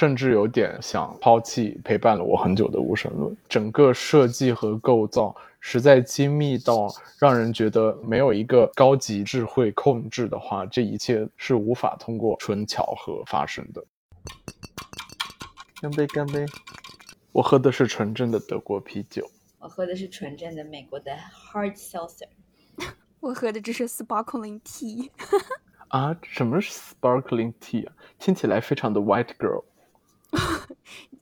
甚至有点想抛弃陪伴了我很久的无神论。整个设计和构造实在精密到让人觉得没有一个高级智慧控制的话，这一切是无法通过纯巧合发生的。干杯，干杯！我喝的是纯正的德国啤酒。我呃喝的是纯正的美国的 hard seltzer。我喝的这是 sparkling tea。啊，什么是 sparkling tea 啊？听起来非常的 white girl。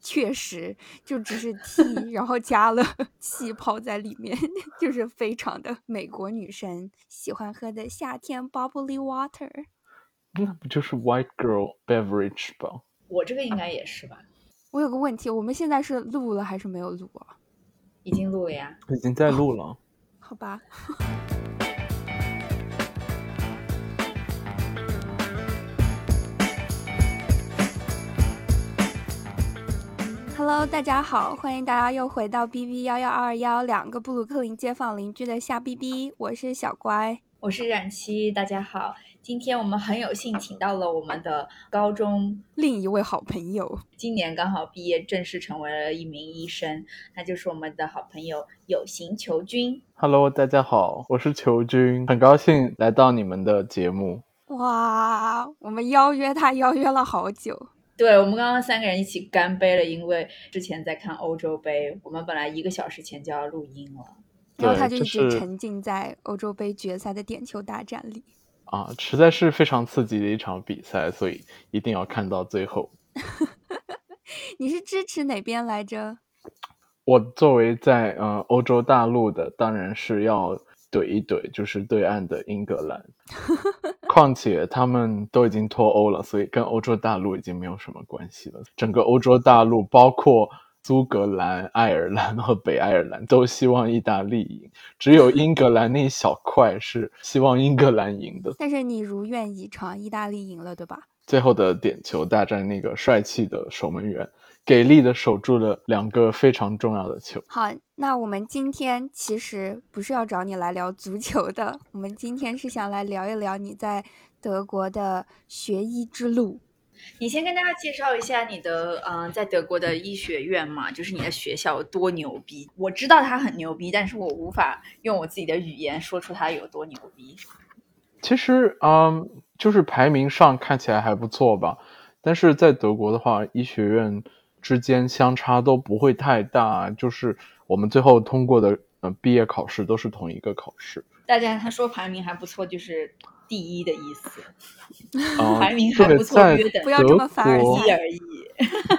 确实，就只是 T，然后加了 气泡在里面， 就是非常的美国女神喜欢喝的夏天 bubbly water。那不就是 white girl beverage 吧？我这个应该也是吧。我有个问题，我们现在是录了还是没有录啊？已经录了呀。已经在录了。好吧，Hello，大家好，欢迎大家又回到 B B 幺幺二幺两个布鲁克林街坊邻居的瞎逼逼，我是小乖。我是冉七，大家好。今天我们很有幸请到了我们的高中，另一位好朋友，今年刚好毕业，正式成为了一名医生，那就是我们的好朋友有形球菌。 Hello，大家好，我是球君，很高兴来到你们的节目。哇，我们邀约他邀约了好久，对我们刚刚三个人一起干杯了，因为之前在看欧洲杯，我们本来一个小时前就要录音了。然后对他就一这直是沉浸在欧洲杯决赛的点球大战里。啊，实在是非常刺激的一场比赛，所以一定要看到最后。你是支持哪边来着？我作为在呃欧洲大陆的，当然是要怼一怼，就是对岸的英格兰。况且他们都已经脱欧了，所以跟欧洲大陆已经没有什么关系了。整个欧洲大陆，包括苏格兰、爱尔兰和北爱尔兰，都希望意大利赢，只有英格兰那一小块是希望英格兰赢的。但是你如愿以偿，意大利赢了，对吧？最后的点球大战，那个帅气的守门员给力的守住了两个非常重要的球。好，那我们今天其实不是要找你来聊足球的，我们今天是想来聊一聊你在德国的学医之路。你先跟大家介绍一下你的，嗯、在德国的医学院嘛，就是你的学校有多牛逼。我知道它很牛逼，但是我无法用我自己的语言说出它有多牛逼。其实，嗯，就是排名上看起来还不错吧，但是在德国的话，医学院之间相差都不会太大，就是我们最后通过的呃毕业考试都是同一个考试，大家他说排名还不错，就是第一的意思，啊、排名对，还不错，在约等不要这么凡尔德国赛一而已。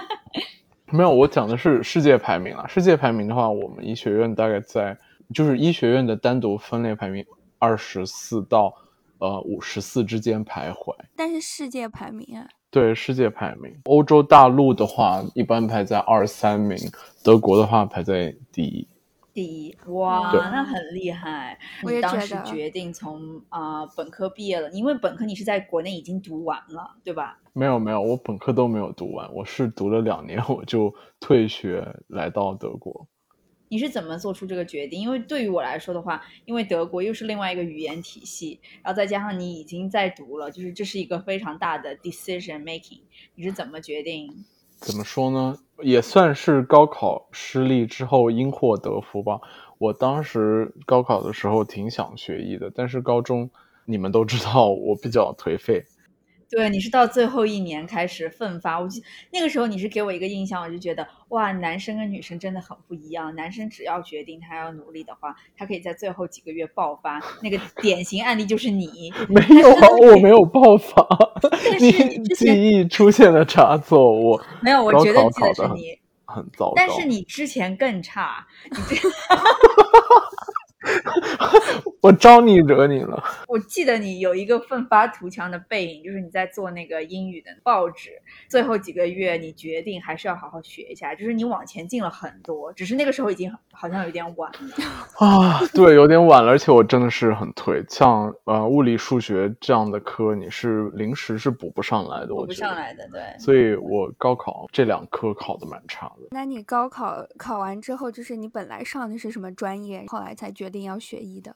没有，我讲的是世界排名啊。世界排名的话，我们医学院大概在就是医学院的单独分类排名二十四到呃五十四之间徘徊。但是世界排名啊，对世界排名，欧洲大陆的话一般排在二三名，德国的话排在第一。第一，哇，对那很厉害！嗯我也你当觉时得决定从啊、本科毕业了，因为本科你是在国内已经读完了，对吧？没有没有，我本科都没有读完，我是读了两年我就退学来到德国。你是怎么做出这个决定？因为对于我来说的话，因为德国又是另外一个语言体系，然后再加上你已经在读了，就是这是一个非常大的 decision making。你是怎么决定？怎么说呢？也算是高考失利之后因祸得福吧。我当时高考的时候挺想学医的，但是高中你们都知道我比较颓废，对，你是到最后一年开始奋发。我记那个时候你是给我一个印象，我就觉得哇，男生跟女生真的很不一样。男生只要决定他要努力的话，他可以在最后几个月爆发。那个典型案例就是你，没有啊，我没有爆发， 但是你 你之前记忆出现了差错，我没有，我高觉得考记得考是得你，很糟糕。但是你之前更差。我招你惹你了？我记得你有一个奋发图强的背影，就是你在做那个英语的报纸，最后几个月你决定还是要好好学一下，就是你往前进了很多，只是那个时候已经好像有点晚了。啊，对，有点晚了，而且我真的是很颓，像呃物理、数学这样的科，你是临时是补不上来的，补我不觉得上来的，对。所以我高考这两科考的蛮差的。那你高考考完之后，就是你本来上的是什么专业，后来才决定要学医的？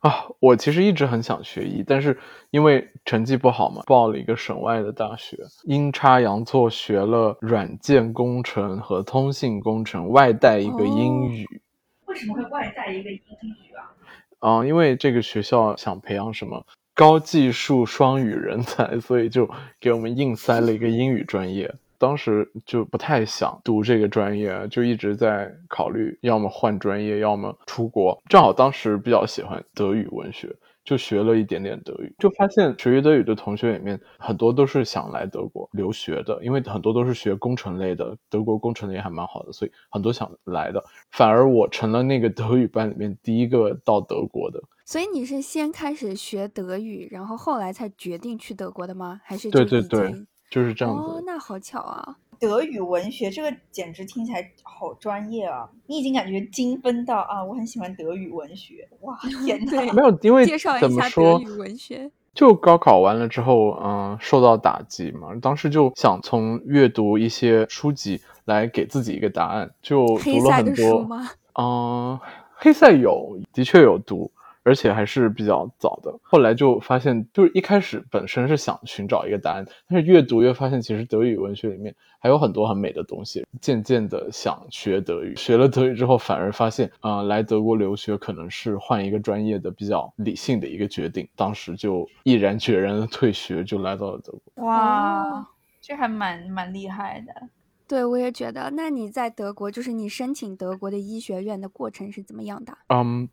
啊，我其实一直很想学医，但是因为成绩不好嘛，报了一个省外的大学，阴差阳错学了软件工程和通信工程，外带一个哦英语。为什么会外带一个英语啊？啊，因为这个学校想培养什么高技术双语人才， 所以就给我们硬塞了一个英语专业。当时就不太想读这个专业，就一直在考虑，要么换专业，要么出国。正好当时比较喜欢德语文学，就学了一点点德语，就发现学习德语的同学里面很多都是想来德国留学的，因为很多都是学工程类的，德国工程类还蛮好的，所以很多想来的。反而我成了那个德语班里面第一个到德国的。所以你是先开始学德语，然后后来才决定去德国的吗？还是对对就已对经就是这样子。哦，那好巧啊！德语文学这个简直听起来好专业啊！你已经感觉精分到啊，我很喜欢德语文学。哇，天呐，对，没有，因为介绍怎一么下说德语文学。就高考完了之后，嗯、受到打击嘛，当时就想从阅读一些书籍来给自己一个答案，就黑读了塞很的书多。吗？嗯、黑塞有，的确有读，而且还是比较早的。后来就发现，就是一开始本身是想寻找一个答案，但是越读越发现，其实德语文学里面还有很多很美的东西。渐渐的想学德语，学了德语之后，反而发现，啊、来德国留学可能是换一个专业的比较理性的一个决定。当时就毅然决然的退学，就来到了德国。啊哇，这还蛮蛮厉害的。哦对，我也觉得。那你在德国，就是你申请德国的医学院的过程是怎么样的？嗯，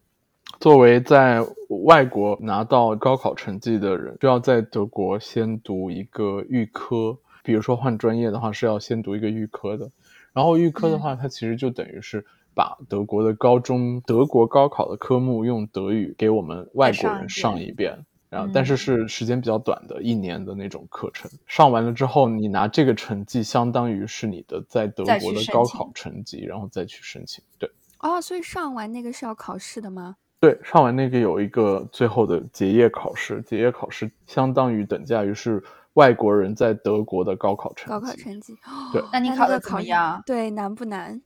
作为在外国拿到高考成绩的人，就要在德国先读一个预科，比如说换专业的话是要先读一个预科的。然后预科的话，它其实就等于是把德国的高中、德国高考的科目用德语给我们外国人再上上一一遍。然后嗯，但是是时间比较短的，一年的那种课程。上完了之后，你拿这个成绩，相当于是你的在德再国去的申高请考成绩，然后再去申请。对。哦，所以上完那个是要考试的吗？对，上完那个有一个最后的结业考试，结业考试相当于等价于是外国人在德国的高考成绩。高考成绩。对哦那你这考个得怎么试样？对，难不难？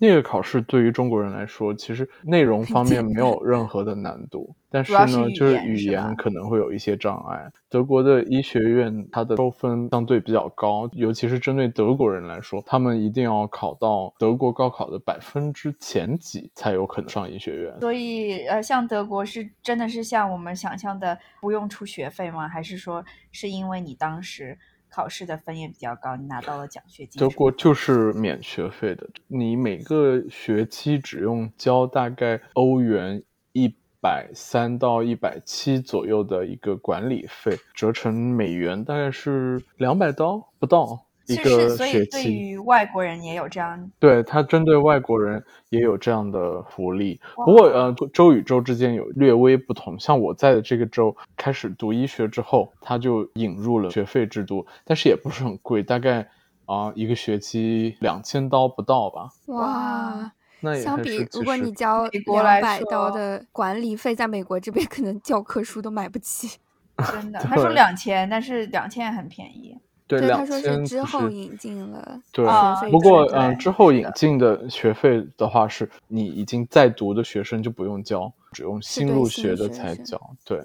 那个考试对于中国人来说，其实内容方面没有任何的难 度，但是主要是呢，语就是言语是吧言可能会有一些障碍。德国的医学院它的收分相对比较高，尤其是针对德国人来说，他们一定要考到德国高考的百分之前几才有可能上医学院。所以呃，像德国是真的是像我们想象的不用出学费吗？还是说是因为你当时考试的分也比较高，你拿到了奖学金？德国就是免学费的，你每个学期只用交大概欧元一百三到一百七左右的一个管理费，折成美元大概是两百刀不到一是是，个所学以对期。于外国人也有 这样对，它针对外国人也有这样的福利，不过呃，州与州之间有略微不同。像我在的这个州，开始读医学之后，它就引入了学费制度，但是也不是很贵，大概啊、一个学期两千刀不到吧。哇哇！那也相还比是如其果实你交美国来两百刀说的管理费，在美国这边可能教科书都买不起。真的。他说对两千，但是两千很便宜。 对对，他两说千是之其后实引进了哦对啊学费不过制嗯、对呃之后引进的学费的话，是你已经在读的学生就不用交，只用是新对入新学的学才生交。对，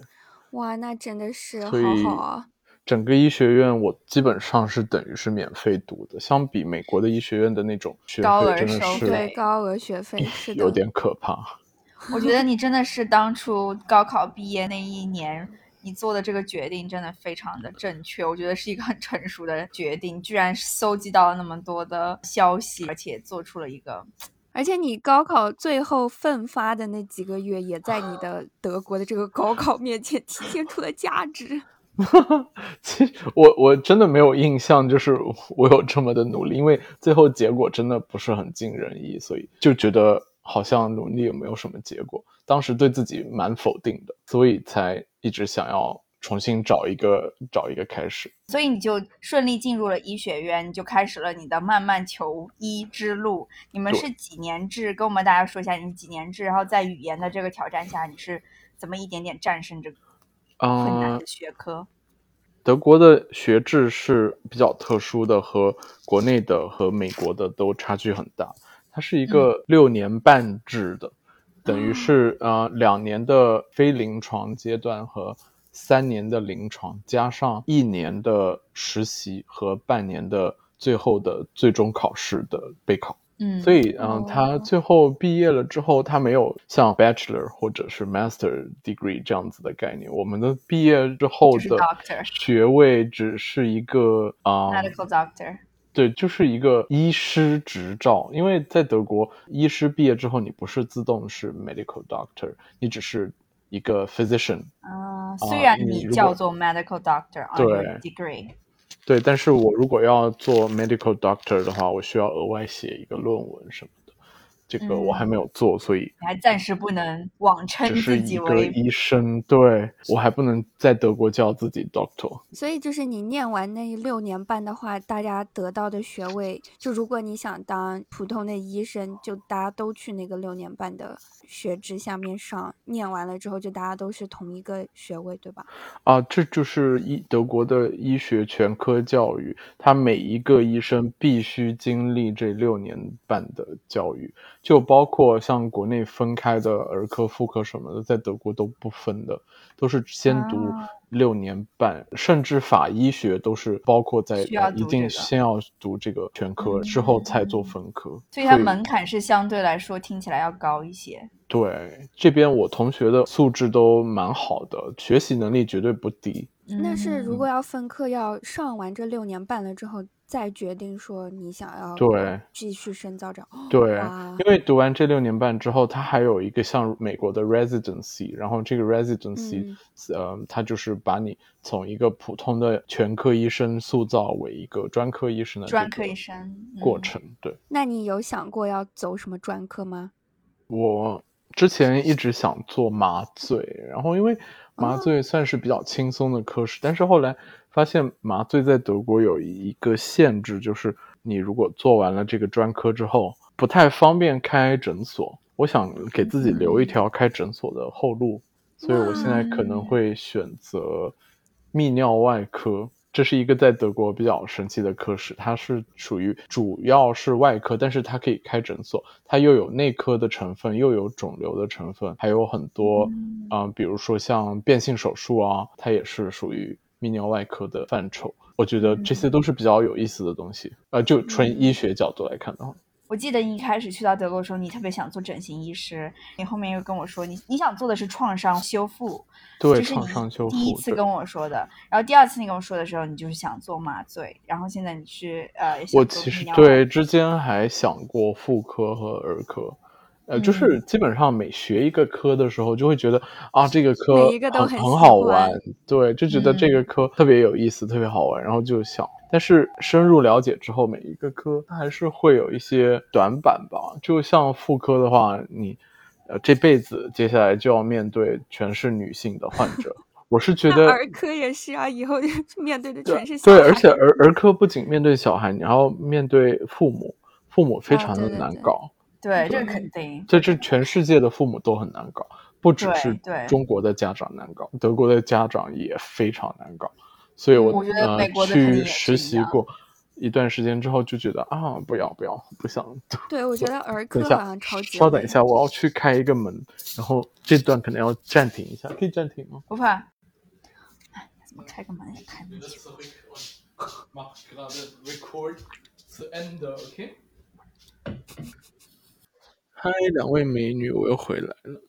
哇，那真的是所以好好啊！整个医学院我基本上是等于是免费读的，相比美国的医学院的那种学高额费，真的收是 对，费高额学费是的，有点可怕。 我觉得你真的是当初高考毕业那一年，你做的这个决定真的非常的正确，我觉得是一个很成熟的决定，居然搜集到了那么多的消息，而且做出了一个而且你高考最后奋发的那几个月，也 在你的德国的这个高考面前体现出了价值。 其实我我真的没有印象，就是我有这么的努力，因为最后结果真的不是很尽人意，所以就觉得好像努力也没有什么结果。当时对自己蛮否定的，所以才一直想要重新找一个找一个开始。所以你就顺利进入了医学院，你就开始了你的漫漫求医之路。你们对是几年制？跟我们大家说一下，你几年制？然后在语言的这个挑战下，你是怎么一点点战胜这个嗯、困难的学科？德国的学制是比较特殊的，和国内的和美国的都差距很大。它是一个六年半制的，等于是呃两年的非临床阶段和三年的临床，加上一年的实习和半年的最后的最终考试的备考。嗯，所以，嗯，他哦最后毕业了之后，他没有像 bachelor 或者是 master degree 这样子的概念。我们的毕业之后就是的 doctor 学位只是一个啊、 medical doctor，对，就是一个医师执照。因为在德国，医师毕业之后，你不是自动是 medical doctor，你只是一个 physician。啊，啊虽然你你如果叫做 medical doctor on your 对 degree，对，但是我如果要做 medical doctor 的话，我需要额外写一个论文什么的，这个我嗯还没有做，所以。你还暂时不能妄称只是自一己个为医生，对我还不能在德国叫自己 doctor。所以就是你念完那六年半的话，大家得到的学位，就如果你想当普通的医生，就大家都去那个六年半的学制下面上，念完了之后就大家都是同一个学位，对吧？啊，这就是医德国的医学全科教育，他每一个医生必须经历这六年半的教育，就包括像国内分开的儿科、妇科什么的，在德国都不分的，都是先读啊六年半，甚至法医学都是包括在需要呃一读这定个嗯先要读这个全科，之后才做分科，所以它门槛是相对来说听起来要高一些。对，这边我同学的素质都蛮好的，学习能力绝对不低。那是如嗯果要分科，要上完这六年半了之后，再决定说你想要对继续深造这样。对，哇因为读完这六年半之后，他还有一个像美国的 residency，然后这个嗯 residency，、呃，他就是把你从一个普通的全科医生塑造为一个专科医生的这专科个医生过嗯程。对那你有想过要走什么专科吗？我之前一直想做麻醉，然后因为麻哦醉算是比较轻松的科室，但是后来发现麻醉在德国有一个限制，就是你如果做完了这个专科之后，不太方便开诊所。我想给自己留一条开诊所的后路，所以我现在可能哇会选择泌尿外科。这是一个在德国比较神奇的科室，它是属于主要是外科，但是它可以开诊所，它又有内科的成分，又有肿瘤的成分，还有很多嗯啊、比如说像变性手术啊，它也是属于泌尿外科的范畴。我觉得嗯这些都是比较有意思的东西。呃，就纯医学角度来看的话，我记得你一开始去到德国的时候，你特别想做整形医师，你后面又跟我说你你想做的是创伤修复，对这是创伤你修复，第一次对跟我说的。然后第二次你跟我说的时候，你就是想做麻醉，然后现在你去呃，也想我做其泌实尿对之间还想过妇科和儿科，呃，就是嗯基本上每学一个科的时候，就会觉得啊，这个科每一个都很很很喜好欢玩，嗯对，就觉得这个科特别有意思，特别好玩，然后就想。但是深入了解之后，每一个科它还是会有一些短板吧。就像妇科的话，你呃这辈子接下来就要面对全是女性的患者，我是觉那得儿科也是啊，以后就 面对的对全是小对，孩而且儿儿科不仅面对小孩，你还要面对父母，父母非啊常对的对难对搞，对，这对个肯定。这这全世界的父母都很难搞，不只对是对中国的家长难搞，德国的家长也非常难搞，所以嗯我我觉得呃美国的肯定去也是实一习样过一段时间之后就觉得啊，不要不要，不想。 对，我觉得儿等科一好下像超，级。稍等一，下，我要去开一个门，然后这段可能要暂停一下，可以暂停吗？不怕。哎，怎么开个门也开不起？ Macht gerade Record zu Ende, okay? 嗨，两位美女，我又回来了。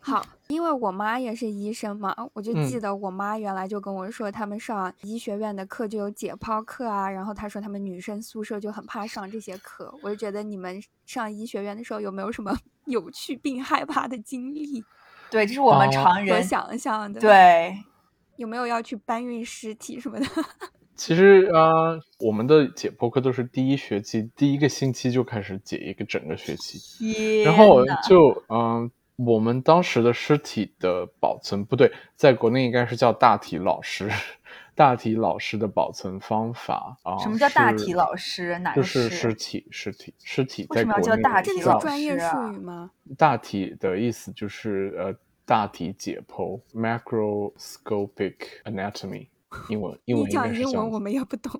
好，因为我妈也是医生嘛，我就嗯记得我妈原来就跟我说，他们上医学院的课就有解剖课啊，然后她说她们女生宿舍就很怕上这些课。我就觉得你们上医学院的时候有没有什么 有趣并害怕的经历？对，这是我们哦常我人、想一想的，，对有没有要去搬运尸体什么的？ 其实啊、呃我们的解剖课都是第一学期第一个星期就开始解一个整个学期，天然后呐就嗯、我们当时的尸体的保存不对，在国内应该是叫大体老师， 大体老师的保存方法啊。什么叫大体师？老师？哪就个是师？尸体，尸体，尸体为在什么要国叫内大这体个是老专业师啊术语吗？大体的意思就是呃，大体解剖 （macroscopic anatomy），英文英你文应讲该是英这样文子我。们也不懂。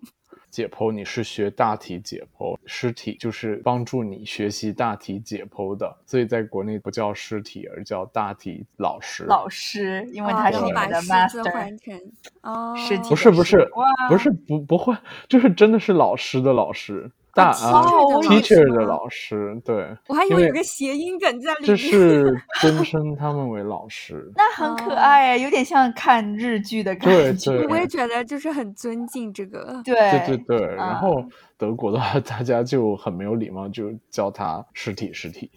解剖你是学大体解剖，尸体就是帮助你学习大体解剖的，所以在国内不叫尸体，而叫大体老师。老师，因为哦他是然后你把们的狮子 master，换成哦，是不是不是哇不是不不会，就是真的是老师的老师，大啊哦 teacher 的的老师吗老师，对， 我还以因为为有个谐音梗在里这面。是尊称他们为老师。那很可啊爱，有点像看日剧的对感觉。对哦我也觉得就是很尊敬这个，对对对，嗯然后德国的话，大家就很没有礼貌，就叫它尸体尸 体，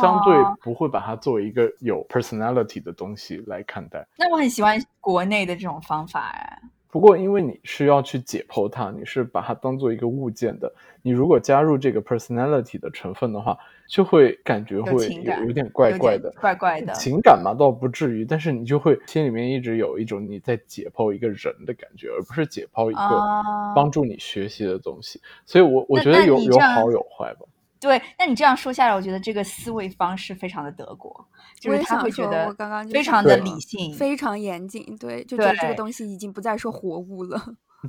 相对哦不会把它作为一个有 personality 的东西来看待。那我很喜欢国内的这种方法哎。不过，因为你是要去解剖它，你是把它当做一个物件的。你如果加入这个 personality 的成分的话，就会感觉有会情感有有点怪有怪点的，怪怪的情感嘛，倒不至于，但是你就会心里面一直有一种你在解剖一个人的感觉，而不是解剖一啊个帮助你学习的东西。所以我，我那觉得那有你有这样好有坏吧。对，那你这样说下来，我觉得这个思维方式非常的德国，就我是也他想会觉说，得我刚刚就非想常的对理性。非常严谨，对，就觉得这个对东西已经不再是活物了。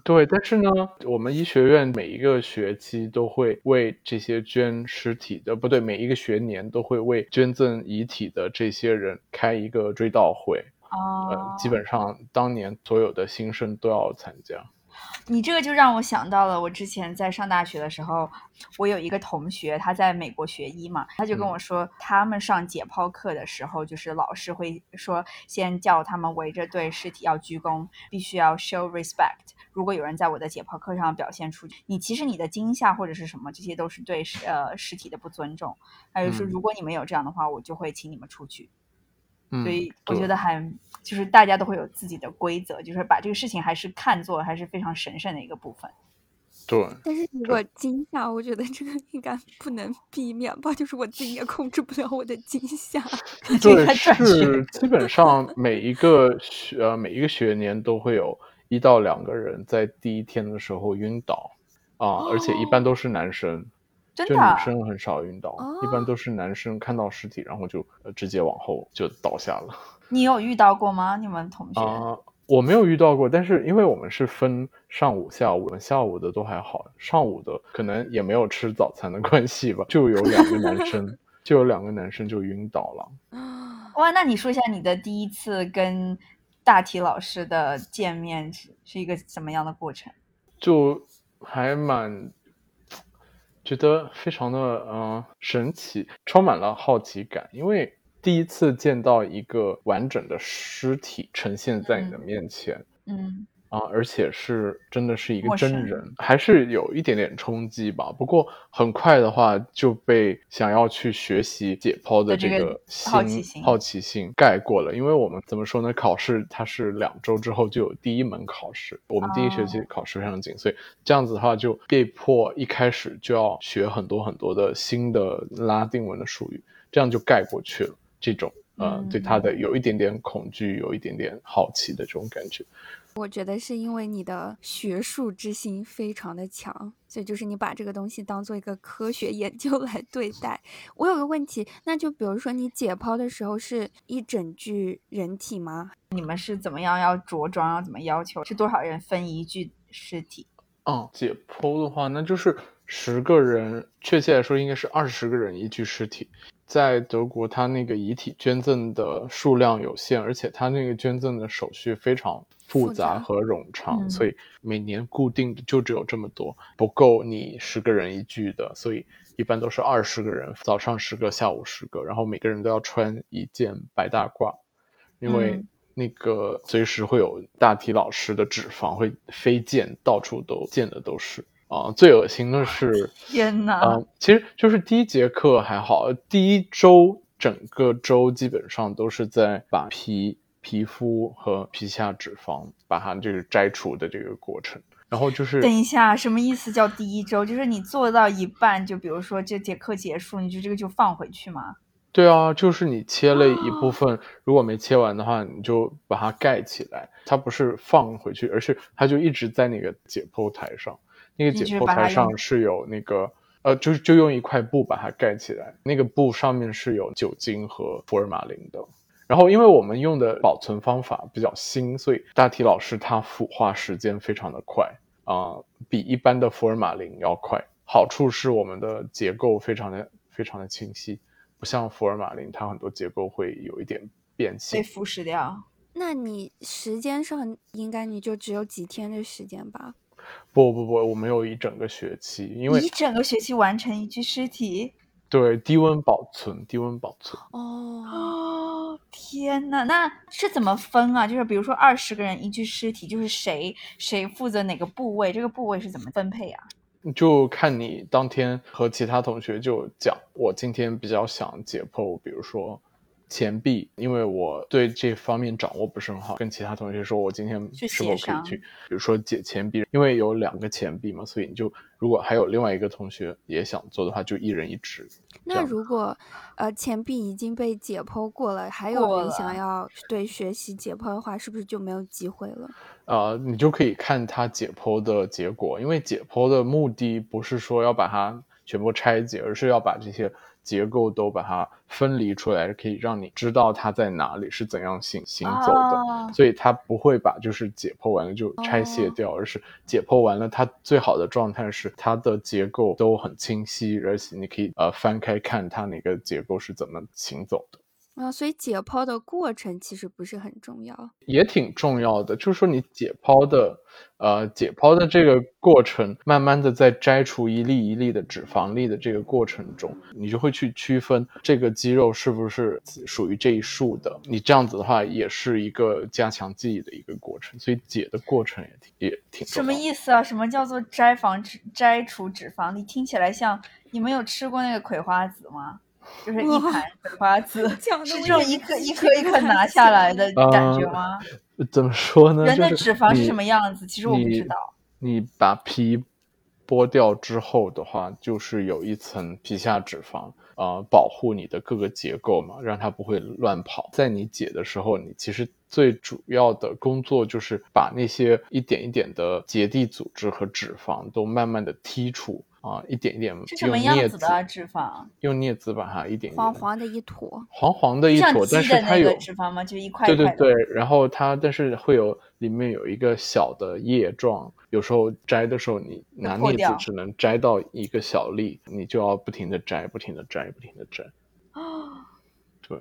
对，但是呢，我们医学院每一个学期都会为这些捐尸体的，不对，每一个学年都会为捐赠遗体的这些人开一个追悼会。哦呃，，基本上当年所有的新生都要参加。你这个就让我想到了，我之前在上大学的时候，我有一个同学，他在美国学医嘛，他就跟嗯我说，他们上解剖课的时候，就是老师会说，先叫他们围着对尸体要鞠躬，必须要 show respect。如果有人在我的解剖课上表现出你其实你的惊吓或者是什么，这些都是对尸呃尸体的不尊重。还有说，嗯如果你们有这样的话，我就会请你们出去。嗯，所以我对觉得还就是大家都会有自己的规则，就是把这个事情还是看作还是非常神圣的一个部分。对， 但是如果惊吓，我觉得这个应该不能避免吧，就是我自己也控制不了我的惊 吓。 对，转学是基本上每一个学呃每一个学年都会有一到两个人在第一天的时候晕倒啊，而且一般都是男生，哦真就的女啊哦生很少晕倒，一般都是男生看到尸体然后就呃直接往后就倒下了你有遇到过吗？你们同学？啊。我没有遇到过，但是因为我们是分上午、下午，我们下午的都还好，上午的可能也没有吃早餐的 关系吧，就有两个男生，就有两个男生就晕倒了。哇，那你说一下你的第一次跟大体老师的见面是是一个怎么样的过程？就还蛮觉得非常的呃神奇，充满了好奇感，因为第一次见到一个完整的尸体呈现在你的面前。嗯，啊，而且是真的是一个陌真生人，还是有一点点冲击吧。不过很快的话就被想要去学习解剖的的这这个个心好奇心好奇心盖过了。因为我们怎么说呢？考试它是两周之后就有第一门考试，我们第一学期哦考试非常紧，所以这样子的话就被迫一开始就要学很多很多的新的拉丁文的术语，这样就盖过去了。这种呃，对他嗯的有一点点恐惧，有一点点好奇的这种感觉。我觉得是因为你的学术之心非常的强，所以就是你把这个东西当做一个科学研究来对待。我有个问题，那就比如说你解剖的时候是一整具人体吗？你们是怎么样要着装，啊要怎么要求？是多少人分一具尸体？嗯，解剖的话，那就是十个人，确切来说应该是二十个人一具尸体。在德国，它那个遗体捐赠的数量有限，而且它那个捐赠的手续非常复复杂杂和冗长，嗯所以每年固定的就只有这么多，不够你十个人一具的，所以一般都是二十个人，早上十个，下午十个，然后每个人都要穿一件白大褂，因为嗯那个随时会有大体老师的脂肪会飞溅，到处都溅的都是啊。最恶心的是，天哪！嗯，其实就是第一节课还好，第一周整个周基本上都是在把皮、皮肤和皮下脂肪把它这个摘除的这个过程。然后就是等一下，什么意思叫第一周？就是你做到一半，就比如说这节课结束，你就这个就放回去吗？对啊，就是你切了一啊部分，如果没切完的话，你就把它盖起来。它不是放回去，而是它就一直在那个解剖台上。那个一解直剖把它台上用是有那个呃，就就用一块布把它盖起来。那个布上面是有酒精和福尔马林的。然后，因为我们用的保存方法比较新，所以大体老师他腐化时间非常的快。啊、比一般的福尔马林要快。好处是我们的结构非常的非常的清晰，不像福尔马林，它很多结构会有一点变被性。腐蚀掉。那你时间上应该你就只有几天的时间吧？不不不，我们有一整个学期，因为一整个学期完成一具尸体，对低温保存，低温保存。哦，哦，天呐，那是怎么分啊？就是比如说二十个人一具尸体，就是谁谁负责哪个部位，这个部位是怎么分配啊？就看你当天和其他同学就讲，我今天比较想解剖，比如说钱币，因为我对这方面掌握不是很好，跟其他同学说我今天去是协否可商以去，比如说解钱币，因为有两个钱币嘛，所以你就如果还有另外一个同学也想做的话，就一人一只。那样如果呃钱币已经被解剖过了，还有过人想了要对学习解剖的话，是不是就没有机会了？呃，你就可以看他解剖的结果，因为解剖的目的不是说要把它全部拆解，而是要把这些结构都把它分离出来，可以让你知道它在哪里是怎样行行走的。哦啊所以它不会把就是解剖完了就拆卸掉，而是解剖完了，它最好的状态是它的结构都很清晰，而且你可以呃翻开看它哪个结构是怎么行走的。啊，所以解剖的过程其实不是很重要。也挺重要的，就是说你解剖的，呃，解剖的这个过程，慢慢的在摘除一粒一粒的脂肪粒的这个过程中，你就会去区分这个肌肉是不是属于这一束的。你这样子的话，也是一个加强记忆的一个过程，所以解的过程也挺也挺什重么要的。意思啊？什么叫做摘防脂摘除脂肪？你听起来像你们有吃过那个葵花籽吗？就是一哇盘葵花 籽，讲得是我这种眼一颗睛一直颗一 颗看拿起下来来的感觉嗯吗？怎么说呢？人的就是脂肪是你什么样子其实我不知道。你你把皮剥掉之后的话，就是有一层皮下脂肪啊、呃保护你的各个结构嘛，让它不会乱跑。在你解的时候，你其实最主要的工作就是把那些一点一点的结缔组织和脂肪都慢慢的剔除啊、一点一点是什用么样镊子子的啊脂肪？用镊子把它一点一点黄黄的一坨，黄黄的一像坨，但鸡是的它那有个脂肪吗？就一块对一块对的。对，然后它但是会有里面有一个小的叶状，有时候摘的时候你拿破镊掉子只能摘到一个小粒，你就要不停的摘，不停的摘，不停的摘。哦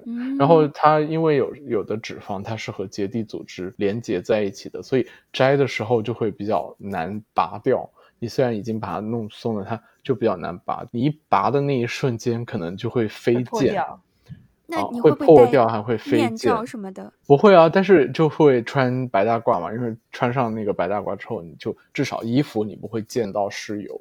嗯，然后它因为有有的脂肪它是和结缔组织连接在一起的，所以摘的时候就会比较难拔掉。你虽然已经把它弄松了，它就比较难拔。你一拔的那一瞬间，可能就会飞会破溅，掉。那啊你会会不破会掉戴还会飞面溅罩什么的？不会啊，但是就会穿白大褂嘛，因为穿上那个白大褂之后，你就至少衣服你不会溅到尸油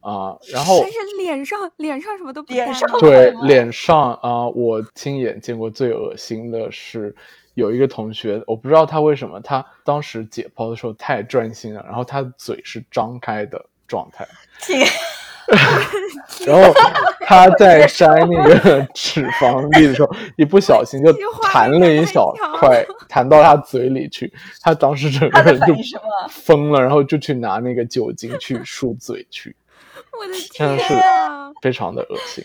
啊、然后但是脸上脸上什么都不脸戴上吗对脸上啊、我亲眼见过最恶心的是有一个同学，我不知道他为什么，他当时解剖的时候太专心了，然后他嘴是张开的状态，这个然后他在摘那个脂肪粒的时候，一不小心就计划弹得了一太小强了块，弹到他嘴里去。他当时整他个的人反就应是什么疯了，然后就去拿那个酒精去漱嘴去，我的真的是天啊！非常的恶心。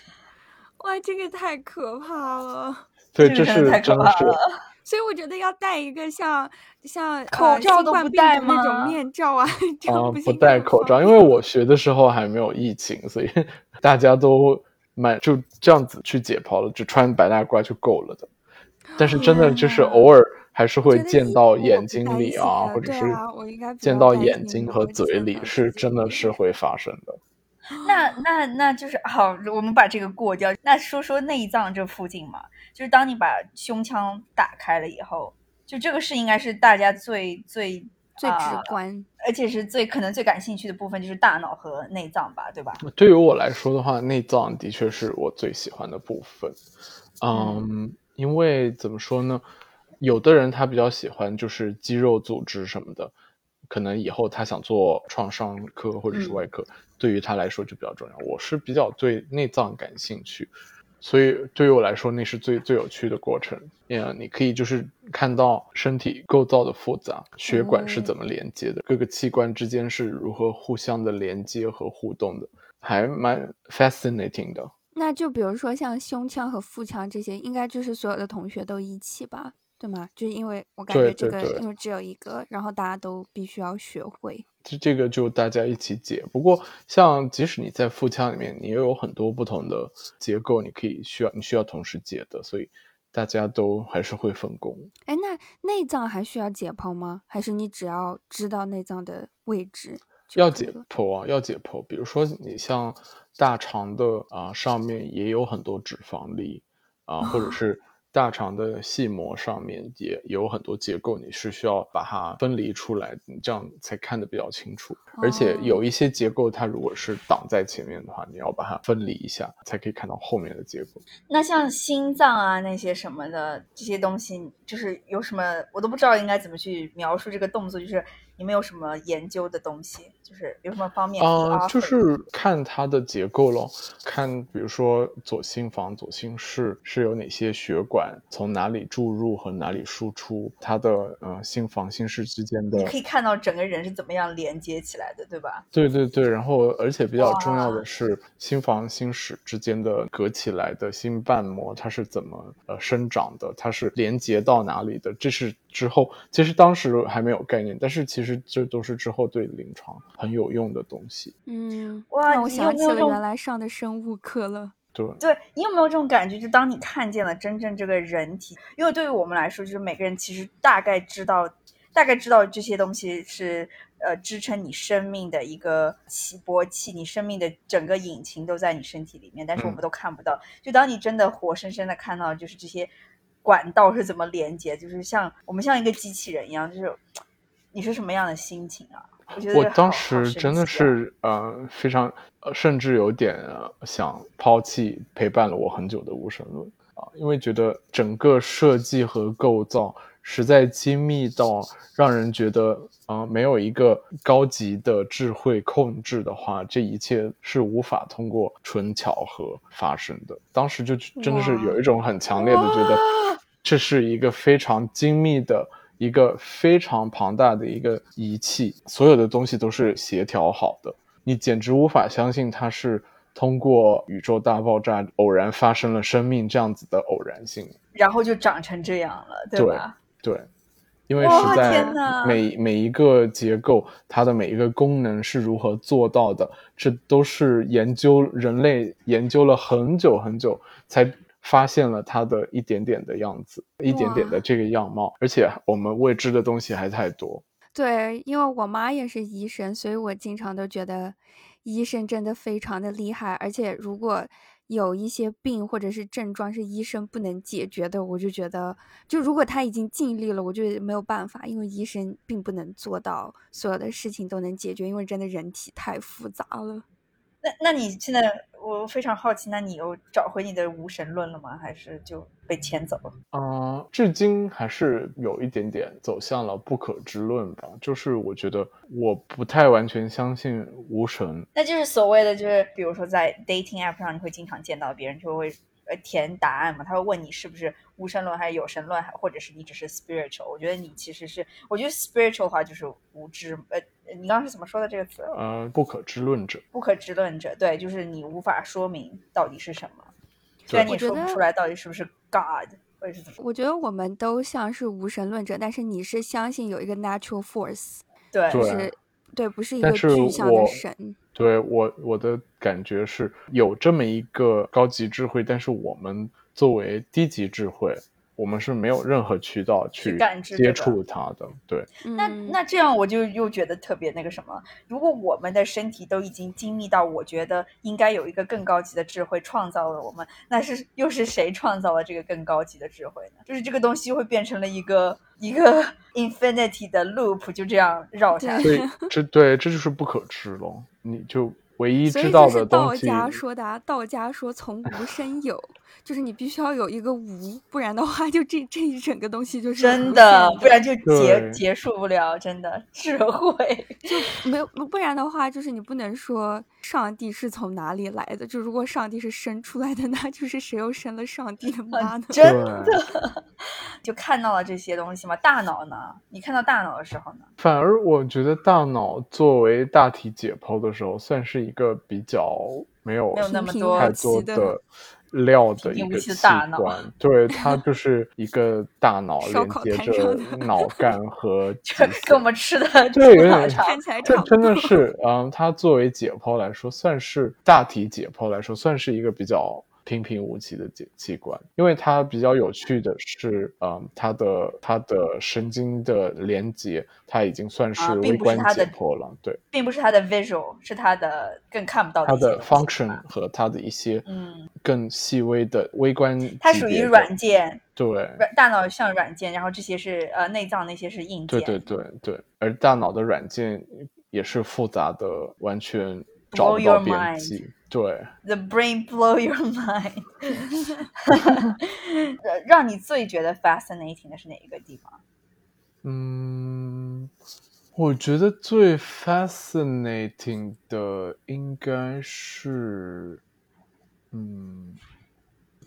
哇，这个太可怕了。对，这这个真是的太可真的怕是了所以我觉得要戴一个像像口呃罩新都冠不病戴毒那吗种面罩啊， 这啊、样不行戴更口方罩，因便为我学的时候还没有疫情，所以 大家都蛮就这样子去解剖了，只穿白大褂就够了的。但是真的就是天哪偶尔还是会啊觉得见衣服到我眼不睛担里心啊，了或者对是啊我应该比见较到担眼心睛我和会嘴见里到是这真的个是会发生的。那那那就是好，我们把这个过掉。那说说内脏这附近嘛，就是当你把胸腔打开了以后，就这个是应该是大家最最最啊直观。而且是最可能最感兴趣的部分，就是大脑和内脏吧，对吧？对于我来说的话，内脏的确是我最喜欢的部分。嗯，因为怎么说呢，有的人他比较喜欢就是肌肉组织什么的，可能以后他想做创伤科或者是嗯外科，对于他来说就比较重要。我是比较对内脏感兴趣，所以对于我来说，那是最最有趣的过程。嗯，你可以就是看到身体构造的复杂，血管是怎么连接的，各个器官之间是如何互相的连接和互动的，还蛮 fascinating 的。那就比如说像胸腔和腹腔这些，应该就是所有的同学都一起吧？对吗？就是因为我感觉对这对个对因为只有一个，然后大家都必须要学会。这这个就大家一起解。不过，像即使你在腹腔里面，你也有很多不同的结构，你可以需要你需要同时解的，所以大家都还是会分工。哎，那内脏还需要解剖吗？还是你只要知道内脏的位置就要可以解了？剖啊，要解剖。比如说，你像大肠的啊、上面也有很多脂肪粒啊、或者是大肠的细膜上面也有很多结构，你是需要把它分离出来，你这样才看得比较清楚。而哦且有一些结构，它如果是挡在前面的话，你要把它分离一下，才可以看到后面的结果。那像心脏啊那些什么的这些东西，就是有什么我都不知道应该怎么去描述这个动作，就是你们有什么研究的东西，就是有什么方面可以啊、就 offer 是看它的结构咯，看比如说左心房、左心室是有哪些血管，从哪里注入和哪里输出，它的呃心房、心室之间的你，可以看到整个人是怎么样连接起来的，对吧？对对对，然后而且比较重要的是心房、心室之间的隔起来的心瓣膜，它是怎么呃生长的，它是连接到哪里的，这是之后其实当时还没有概念，但是其实这都是之后对临床很有用的东西。嗯，哇让我你想有起没有了用原来上的生物课了。对，对你有没有这种感觉？就当你看见了真正这个人体，因为对于我们来说，就是每个人其实大概知道，大概知道这些东西是呃支撑你生命的一个起搏器，你生命的整个引擎都在你身体里面，但是我们嗯都看不到。就当你真的活生生的看到，就是这些管道是怎么连接，就是像我们像一个机器人一样，就是你是什么样的心情啊？我觉得我好当好时神真的奇啊是呃非常呃，甚至有点、呃想抛弃陪伴了我很久的无神论啊，因为觉得整个设计和构造实在精密到让人觉得啊、呃没有一个高级的智慧控制的话，这一切是无法通过纯巧合发生的。当时就真的是哇有一种很强烈的觉得。这是一个非常精密的、一个非常庞大的一个仪器，所有的东西都是协调好的，你简直无法相信它是通过宇宙大爆炸偶然发生了生命这样子的偶然性。然后就长成这样了，对对吧？对，因为哇实在天哪每每一个结构，它的每一个功能是如何做到的，这都是研究人类研究了很久很久才。发现了它的一点点的样子，一点点的这个样貌，而且我们未知的东西还太多。对，因为我妈也是医生，所以我经常都觉得医生真的非常的厉害。而且如果有一些病或者是症状是医生不能解决的，我就觉得，就如果他已经尽力了，我就没有办法，因为医生并不能做到所有的事情都能解决，因为真的人体太复杂嗯了。那那你现在我非常好奇，那你有找回你的无神论了吗？还是就被牵走了？嗯，至今还是有一点点走向了不可知论吧。就是我觉得我不太完全相信无神，那就是所谓的，就是比如说在 dating app 上，你会经常见到别人就会呃填答案嘛，他会问你是不是无神论还是有神论，还或者是你只是 spiritual。我觉得你其实是，我觉得 spiritual 的话就是无知，呃，你刚刚是怎么说的这个词？呃，不可知论者。不可知论者，对，就是你无法说明到底是什么，对虽然你也我觉说不得出来到底是不是 God 或者是怎么，我觉得我们都像是无神论者，但是你是相信有一个 natural force，对就对是对，不是一但个是具象的我神。对我我的感觉是有这么一个高级智慧，但是我们作为低级智慧，我们是没有任何渠道去去感知这接个触它的。对，那嗯那这样我就又觉得特别那个什么，如果我们的身体都已经精密到，我觉得应该有一个更高级的智慧创造了我们，那是又是谁创造了这个更高级的智慧呢？就是这个东西会变成了一个一个 infinity 的 loop，就这样绕下 对来。所以这对这就是不可知咯。你就唯一所以知就道是的道东西，家说的、啊，道家说从 无生有，就是你必须要有一个无，不然的话，就这这一整个东西就是真无的限，不然就结对结束不了。真的智 慧，没有，不然的话，就是你不能说上帝是从哪里来的。就如果上帝是生出来的， 那就是谁又生了上帝的妈呢？嗯真对的就看到了这些东西嘛。大脑呢？你看到大脑的时候呢？反而我觉得大脑作为大体解剖的时候，算是一个比较没有没有那么平平多太无奇多的的料的一挺无个奇的器大脑 官，对，它就是一个大脑烧连烤接摊着上的 脑干和脊跟髓我们吃的对有猪脑点肠看起来这差不 真的多是，嗯，它作为解剖来说，算是大体解剖来说，算是一个比较平平无奇的解器官。因为它比较有趣的是，嗯，它的它的神经的连接，它已经算啊是并微不是观它的解剖了。对，并不是它的 visual，是它的更看不到它的一些的东西 function 和它的一些嗯，更细微的微观级别的，它属于软件，对。软大脑像软件，然后这些是呃内脏，那些是硬件。对对对对，而大脑的软件也是复杂的，完全找不到 Blow your 边 mind 际。对， The brain blow your mind，呃让你最觉得 fascinating 的是哪一个地方？嗯，我觉得最 fascinating 的应该是，嗯，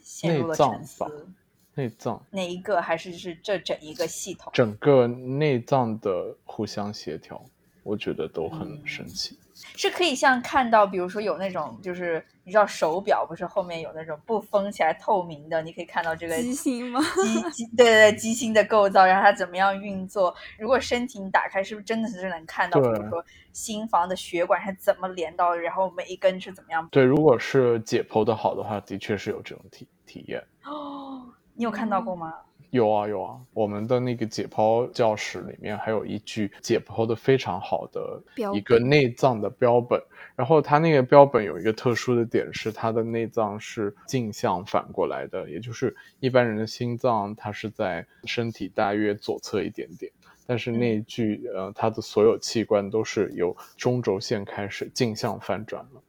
陷入了内脏沉吧思。内脏，哪一个，还是是这整一个系统？整个内脏的互相协调，我觉得都很神奇。是可以像看到，比如说有那种，就是你知道手表不是后面有那种不封起来透明的，你可以看到这个机芯吗？ 机机对对对机芯的构造，然后它怎么样运作。如果身体你打开，是不是真的是能看到，比对如说心房的血管它怎么连到，然后每一根是怎么样？ 对，如果是解剖的好的话，的确是有这种体体验。哦，你有看到过吗？嗯有啊有啊，我们的那个解剖教室里面还有一句解剖的非常好的标一个本内脏的标本，然后它那个标本有一个特殊的点是它的内脏是镜像反过来的，也就是一般人的心脏它是在身体大约左侧一点点，但是那一嗯具呃它的所有器官都是由中轴线开始镜像反转了。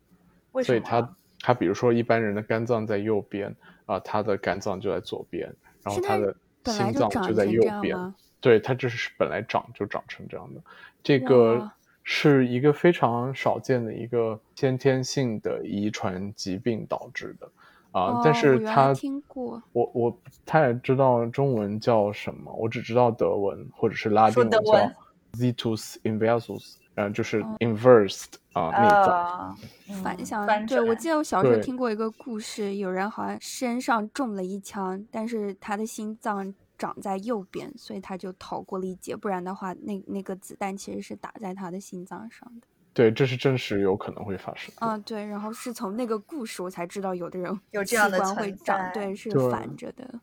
为什所么以啊？它它比如说一般人的肝脏在右边啊、它的肝脏就在左边，然后是它它的本来心就脏长就在成右这样啊边。吗对，它这是本来长就长成这样的，这个哇是一个非常少见的一个先天性的遗传疾病导致的。啊、哦但我是原来它听过我我不太知道中文叫什么，我只知道德文或者是拉丁说文德叫文 zitus inversus，呃，就是哦 inversed 啊、内脏。啊，嗯反向翻对，我转记得我小时候对听过一个故事，有人好像身上中了一枪，但是他的心脏长在右边，所以他就逃过了一劫。不然的话，那那个子弹其实是打在他的心脏上的。对，这是真实有可能会发生的。啊，对，然后是从那个故事我才知道，有的人有这器样的官会存长，在对，是对反着的。嗯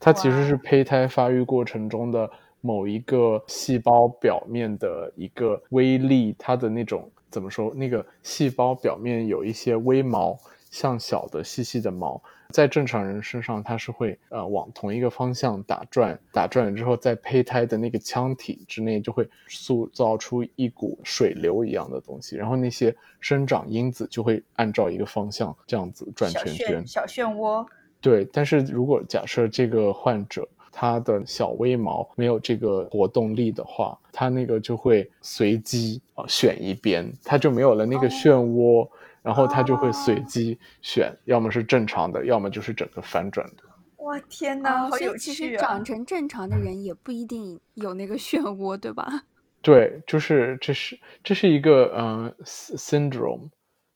它其实是胚胎发育过程中的某一个细胞表面的一个微粒，它的那种怎么说？那个细胞表面有一些微毛，像小的细细的毛，在正常人身上它是会呃往同一个方向打转，打转了之后，在胚胎的那个腔体之内就会塑造出一股水流一样的东西，然后那些生长因子就会按照一个方向这样子转小圈圈漩。小漩涡，对，但是如果假设这个患者他的小微毛没有这个活动力的话，他那个就会随机啊、呃选一边，他就没有了那个哦漩涡，然后他就会随哦机选，要么是正常的，要么就是整个反转的。哇天哪，啊，好所有以其趣实啊长！成正常的人也不一定有那个漩涡，对吧？对，就是这是这是一个嗯、呃 sy- syndrome，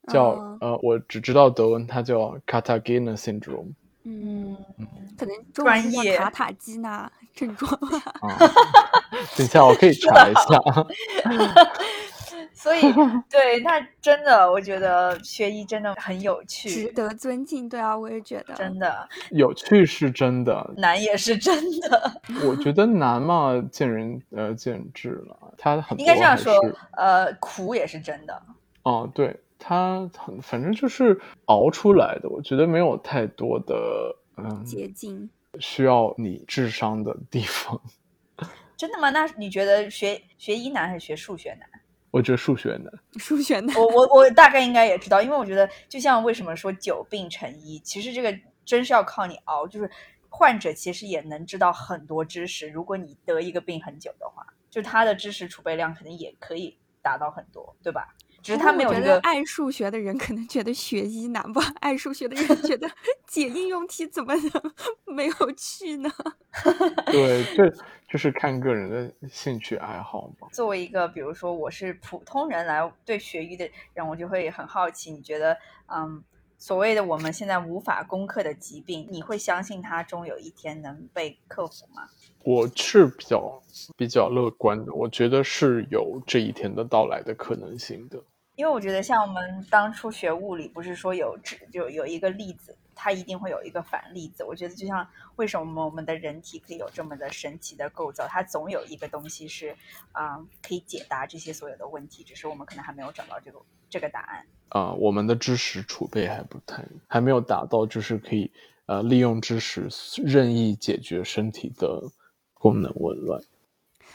叫、嗯呃我只知道德文它叫 Cartagena syndrome 嗯，嗯，可能中专文就业叫塔塔基 纳症状吧。啊。 等一下，我可以查一下。所 以对，那真的，我觉得学医真的很有值趣，得尊敬，对啊，我也觉得真的有趣是真的，难也是真的。 我觉得难嘛，见仁呃见智了。他很应该多这样还说是，呃，苦也是真的。哦、对他很，反正就是熬出来的。我觉得没有太多的嗯捷径。需要你智商的地方。真的吗？那你觉得学学医难还是学数学难？我觉得数学难， 数学 难，我我我大概应该也知道，因为我觉得就像为什么说久病成医，其实这个真是要靠你熬，就是患者其实也能知道很多知识。如果你得一个病很久的话，就他的知识储备量肯定也可以达到很多，对吧？只是他不过没有我这觉得个爱数学的人可能觉得学医难吧，爱数学的人 觉得解应用题怎么能 没有趣呢？对，这就是看个人的兴趣爱好嘛。作为一个，比如说我是普通人来对学医的人，我就会很好奇，你觉得，嗯，所谓的我们现在无法攻克的疾病，你会相信它终有一天能被克服吗？我是比较比较乐观的，我觉得是有这一天的到来的可能性的。因为我觉得像我们当初学物理，不是说有质有有一个粒子，它一定会有一个反粒子。我觉得就像为什么我们的人体可以有这么的神奇的构造，它总有一个东西是啊、可以解答这些所有的问题，只是我们可能还没有找到这个这个答案。啊、我们的知识储备还不太，还没有达到就是可以呃利用知识任意解决身体的功能紊乱。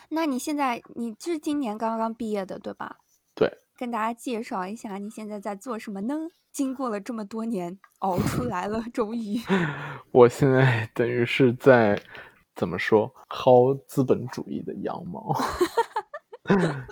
那你现在你是今年刚刚毕业的对吧？对，跟大家介绍一下你现在在做什么呢？经过了这么多年，熬出来了，终于 我现在 等于是在怎么说薅资本主义的羊毛，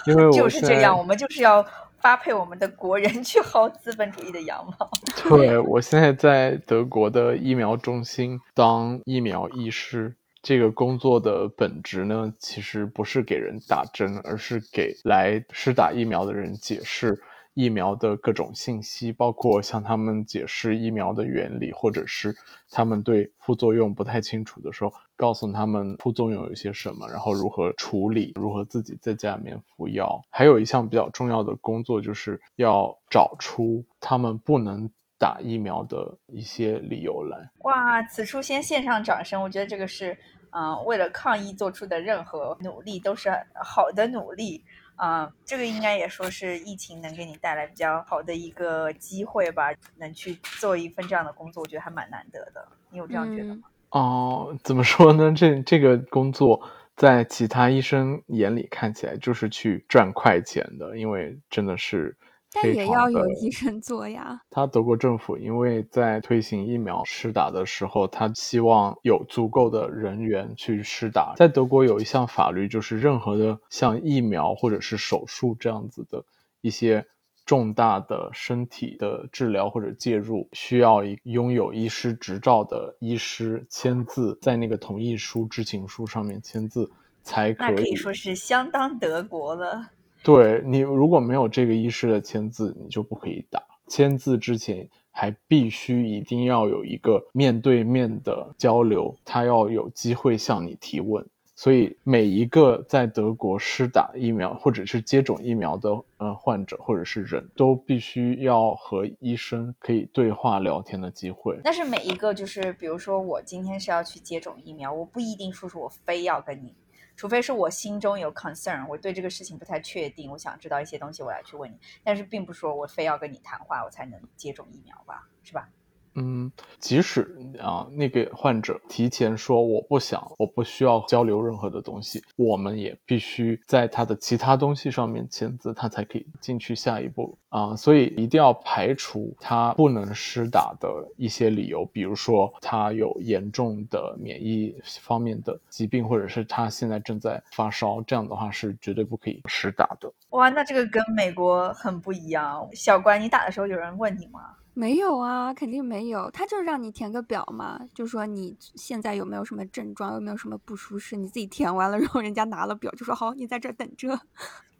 因为我就是现这在样，我们就是要发配我们的国人去薅资本主义的羊毛。对，我现在在德国的疫苗中心当疫苗医师。这个工作的本质呢，其实不是给人打针，而是给来施打疫苗的人解释疫苗的各种信息，包括向他们解释疫苗的原理，或者是他们对副作用不太清楚的时候，告诉他们副作用有些什么，然后如何处理，如何自己在家里面服药。还有一项比较重要的工作，就是要找出他们不能打疫苗的一些理由来。哇，此处先献上掌声！我觉得这个是，嗯、为了抗疫做出的任何努力都是好的努力啊、这个应该也说是疫情能给你带来比较好的一个机会吧，能去做一份这样的工作，我觉得还蛮难得的。你有这样觉得吗？嗯哦、怎么说呢？这这个工作在其他医生眼里看起来就是去赚快钱的，因为真的是但非也常要的有医生做呀。他德国政府因为在推行疫苗施打的时候，他希望有足够的人员去施打。在德国有一项法律，就是任何的像疫苗或者是手术这样子的一些重大的身体的治疗或者介入，需要一拥有医师执照的医师签字在那个同意书、知情书上面签字。才那可可以以说是相当德国了。对你如果没有这个医师的签字，你就不可以打。签字之前还必须一定要有一个面对面的交流，他要有机会向你提问。所以每一个在德国施打疫苗或者是接种疫苗的呃患者或者是人都必须要和医生可以对话聊天的机 会。但是每一个就是，比如说我今天是要去接种疫苗，我不一定说是我非要跟你，除非是我心中有 concern，我对这个事情不太确定，我想知道一些东西，我来去问你。但是并不是说我非要跟你谈话，我才能接种疫苗吧，是吧？嗯，即使啊，那个患者提前说我不想，我不需要交流任何的东西，我们也必须在他的其他东西上面签字，他才可以进去下一步啊。所以一定要排除他不能施打的一些理由，比如说他有严重的免疫方面的疾病，或者是他现在正在发烧，这样的话是绝对不可以施打的。哇，那这个跟美国很不一样。小关，你打的时候有人问你吗？没有啊，肯定没有。他就是让你填个表嘛，就说你现在有没有什么症状，有没有什么不舒适，你自己填完了，然后人家拿了表就说好，你在这儿等着。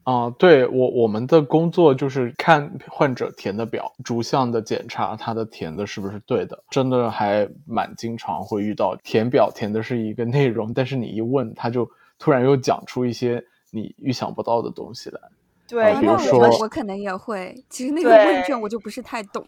啊、对我我们的工作就是看患者填的表，逐项的检查他的填的是不是对的。真的还蛮经常会遇到填表填的是一个 内容，但是你一问他就突然又讲出一些你预想不到的东西来。对，啊因比为如我说们哦我我可能也会，其实那个问卷对我就不是太 懂。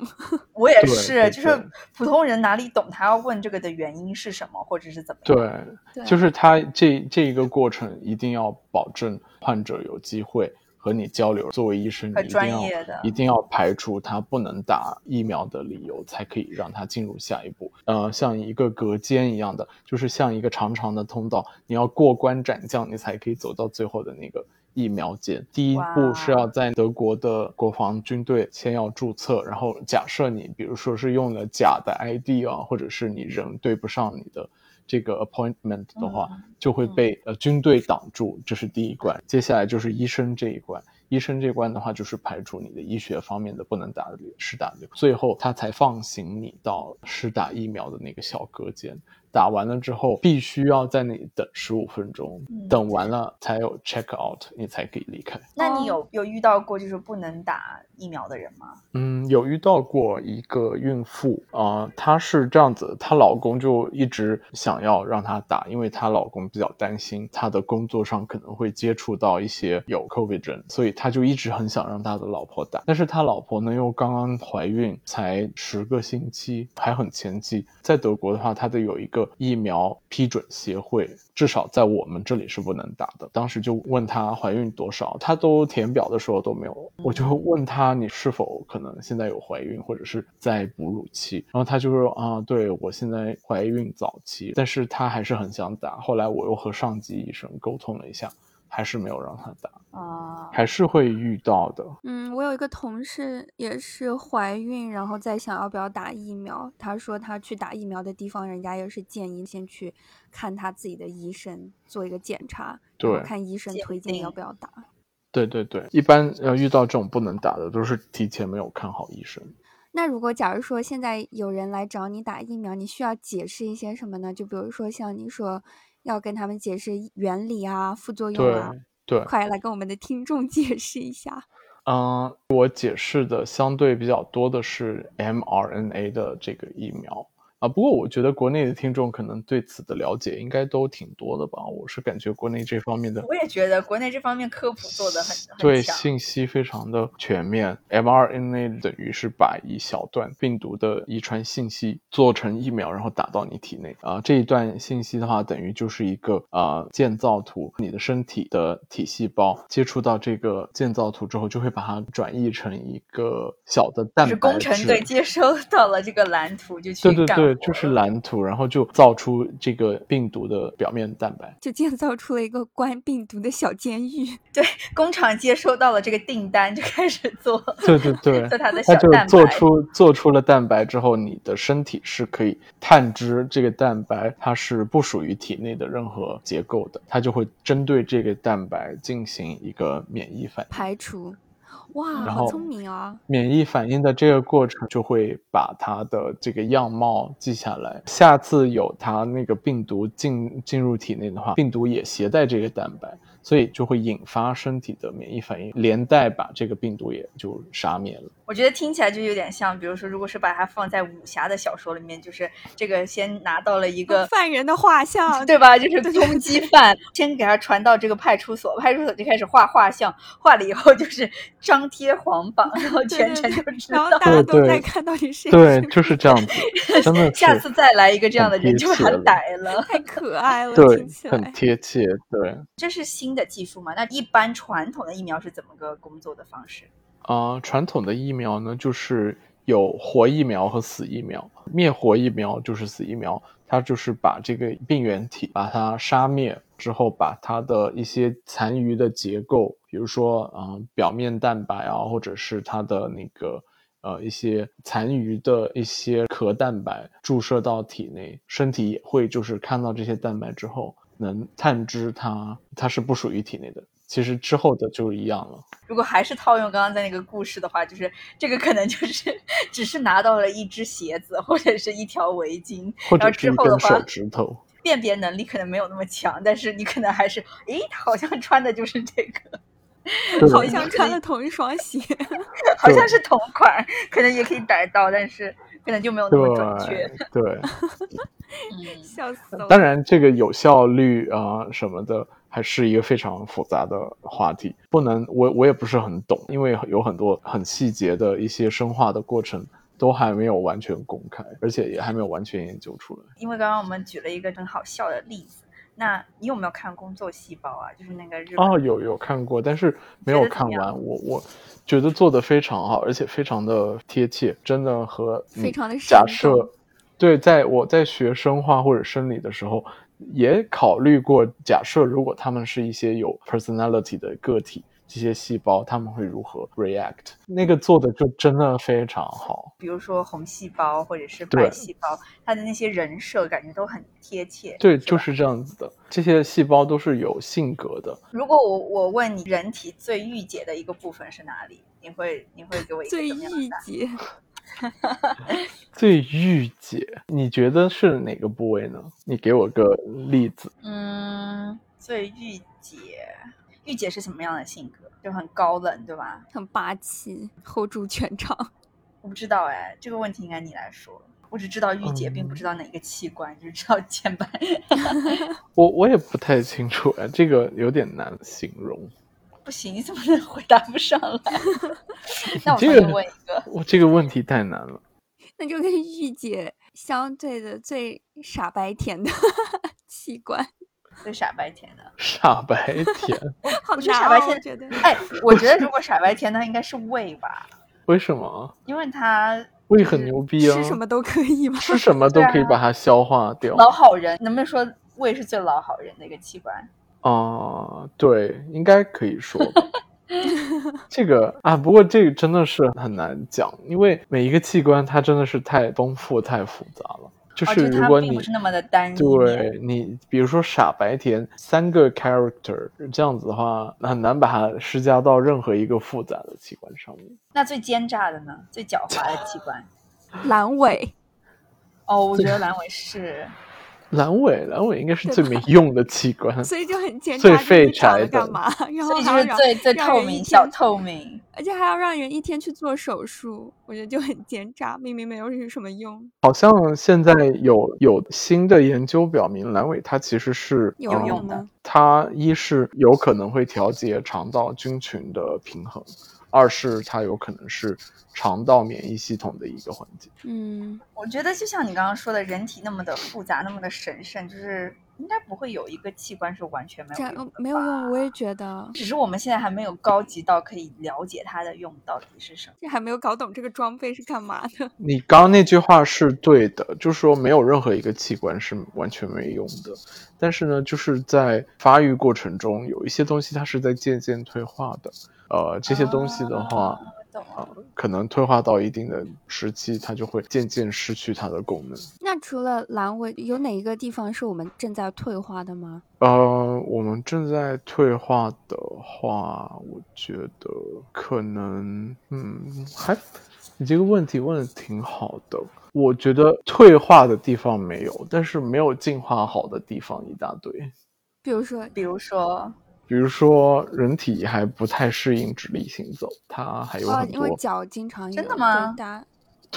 我也对是，对就是对普通人哪里懂他要问这个的原因是什么，或者是怎么样？对，对就是他这这一个过程一定要保证患者有机会和你交流。作为医生，你很一定专要业的一定要排除他不能打疫苗的理由，才可以让他进入下一步。呃，像一个隔间一样的，就是像一个长长的通道，你要过关斩将，你才可以走到最后的那个。疫苗间，第一步是哇要在德国的国防军队先要注册，然后假设你比如说是用了假的 ID 啊，或者是你人对不上你的这个 appointment 的话，就会被呃军队挡住，这是第一关。接下来就是医生这一关，医生这关的话就是排除你的医学方面的不能打的理由施打理由，最后他才放行你到施打疫苗的那个小隔间。打完了之后，必须要在那里等十五分钟，嗯等完了才有 check out，你才可以离开。那你哦有有遇到过就是不能打疫苗的人吗？嗯，有遇到过一个孕妇啊、呃她是这样子，她老公就一直想要让她打，因为她老公比较担心她的工作上可能会接触到一些有 COVID 人，所以她就一直很想让她的老婆打。但是她老婆呢又刚刚怀孕，才十个星期，还很前期。在德国的话，它的有一个疫苗批准协会，至少在我们这里是不能打的。当时就问她怀孕多少，她都填表的时候都没有，我就问她你是否可能现在有怀孕，或者是在哺乳期，然后她就说啊，对我现在怀孕早期，但是她还是很想打。后来我又和上级医生沟通了一下，还是没有让她打，啊、还是会遇到的。嗯，我有一个同事也是怀孕，然后在想要不要打疫苗。她说她去打疫苗的地方，人家也是建议先去看她自己的医生做一个检查，然后对哦看医生鉴推荐要定不要打。对对对，一般呃遇到这种不能打的，都是提前没有看好医生。那如果假如说现在有人来找你打疫苗，你需要解释一些什么呢？就比如说像你说要跟他们解释原理啊、副作用对啊，对，快来跟我们的听众 解释一下。嗯，我解释的相对比较多的是 mRNA 的这个疫苗啊，不过我觉得国内的听众可能对此的了解应该都挺多的吧。我是感觉国内这方面的我也觉得国内这方面科普做的很很对强信息非常的全面。mRNA 等于是把一小段病毒的遗传信息做成疫苗，然后打到你体内啊、这一段信息的话，等于就是一个啊、建造图，你的身体的体细胞接触到这个建造图之后，就会把它转译成一个小的蛋就是白工质。程队接收到了这个蓝图就去对对干对，活就是了蓝图，然后就造出这个病毒的表面蛋白。就建造出了一个关病毒的小监狱。工厂接收到了这个订单就开始做对对对，做它的小它就蛋做白。出做出了蛋白之后，你的身体是可以探知这个蛋白它是不属于体内的任何结构的，它就会针对这个蛋白进行一个免疫反应。排除。哇，然好后聪明啊！免疫反应的这个过程就会把它的这个样貌记下来，下次有它那个病毒进进入体内的话，病毒也携带这个蛋白，所以就会引发身体的免疫反应，连带把这个病毒也就杀灭了。我觉得听起来就有点像，比如说，如果是把它放在武侠的小说里面，就是这个先拿到了一个犯人的画像，啊 对吧？就是通缉犯，先给他传到这个派出所，派出所就开始画画像，画了以后就是张贴黄榜，然后对全程对就对知然道后。大对家都在对看到底谁 对，是就是这样子，真的 是。下次再来一个这样的人，很就贴切把他了逮了。太可爱了，对听起，很来。贴切，对，这是新的技术嘛？那一般传统的疫苗是怎么个工作的方式？啊，传统的疫苗呢，就是有活疫苗和死疫苗。灭活疫苗就是死疫苗，它就是把这个病原体把它杀灭之后，把它的一些残余的结构，比如说啊、呃表面蛋白啊，或者是它的那个呃一些残余的一些壳蛋白注射到体内，身体也会就是看到这些蛋白之后，能探知它它是不属于体内的。其实之后的就一样了。如果还是套用刚刚在那个故事的话，就是这个可能就是只是拿到了一只鞋子或者是一条围巾，或然者后是之一后的根话手，指 头。辨别能力可能没有那么强，但是你可能还是，诶，他好像穿的就是这个，对好对像穿了同一双鞋，好像是同款，可能也可以逮到，但是可能就没有那么准确。对对，嗯，笑死了。当然这个有效率啊、呃什么的，还是一个非常复杂的话题，不能我我也不是很懂，因为有很多很细节的一些生化的过程都还没有完全公开，而且也还没有完全研究出来。因为刚刚我们举了一个很好笑的例子，那你有没有看《工作细胞》啊？就是那个日本哦，有有看过，但是没觉有得怎看么样完，我我。觉得做的非常好，而且非常的贴切，真的和你非常地生假动设，对，在我在学生化或者生理的时候，也考虑过，假设如果他们是一些有 personality 的个体，这些细胞他们会如何 react？那个做的就真的非常好。比如说红细胞或者是对白细胞，它的那些人设感觉都很贴切。对，就是哎吧是这样子的，这些细胞都是有性格的，如果我我问你，人体最御姐的一个部分是哪里？你会你会给我一个最怎么样的御答案？姐，最御姐，你觉得是哪个部位呢？你给我个例子。嗯，所以御姐，御姐是什么样的性格？就很高冷，对吧？很霸气，hold 住全场。我不知道哎，这个问题应该你来说。我只知道御姐，嗯并不知道哪个器官，只知道肩膀。我我也不太清楚哎，这个有点难形容。 不行，你怎么能回答不 上来？ 那我这再个问一个， 我这个问题太难了。 那就跟御姐相对的最傻白甜的 器官，最傻白甜的。傻白甜，好不是难傻白哦我甜觉得哎，我觉得如果傻白甜，那应该是胃吧，为什么？因为它胃很嗯牛逼啊！吃什么都可以吧？吃什么都可以把它消化掉。啊老好人，能不能说胃是最老好人的一个器官？哦、对，应该可以说 吧。这个啊，不过这个真的是很难讲，因为每一个器官它真的是太丰富、太复杂了。就哦是就如它果并你、不是那么的单一对你，比如说傻白甜三个 character 这样子的话，很难把它施加到任何一个复杂的器官上面。那最奸诈的呢？最狡猾的器 官？阑尾，哦，我觉得阑尾是，阑尾，阑尾应该是最没用的器官。所以就 很奸最诈，废就是长柴了干的嘛？然所后以就还要是让，最最让透人一明，天小透明。而且还要让人一天去做手术，我觉得就很奸诈，明明没有什么用。好像现在有有新的研究表明，阑尾它其实是有嗯用的吗？它一是有可能会调节肠道菌群的平衡，二是它有可能是肠道免疫系统的一个环节。嗯，我觉得就像你刚刚说的，人体那么的复杂，那么的神圣，就是应该不会有一个器官是完全没这有用样的呃没有吧用，我也觉得，只是我们现在还没有高级到可以了解它的用到底是什么。这还没有搞懂这个装备是干嘛的。你刚刚那句话是对的，就是说没有任何一个器官是完全没用的，但是呢，就是在发育过程中有一些东西它是在渐渐退化的，呃，这些东西的话。啊我懂了啊，可能退化到一定的时期，它就会渐渐失去它的功能。那除了阑尾，有哪一个地方是我们正在退化的吗？呃，我们正在退化的话，我觉得可能，嗯，还你这个问题问的挺好的。我觉得退化的地方没有，但是没有进化好的地方一大堆。比如说，比如说，比如说，人体还不太适应直立行走，它还有哦，很因多为脚经常有真的吗对大家很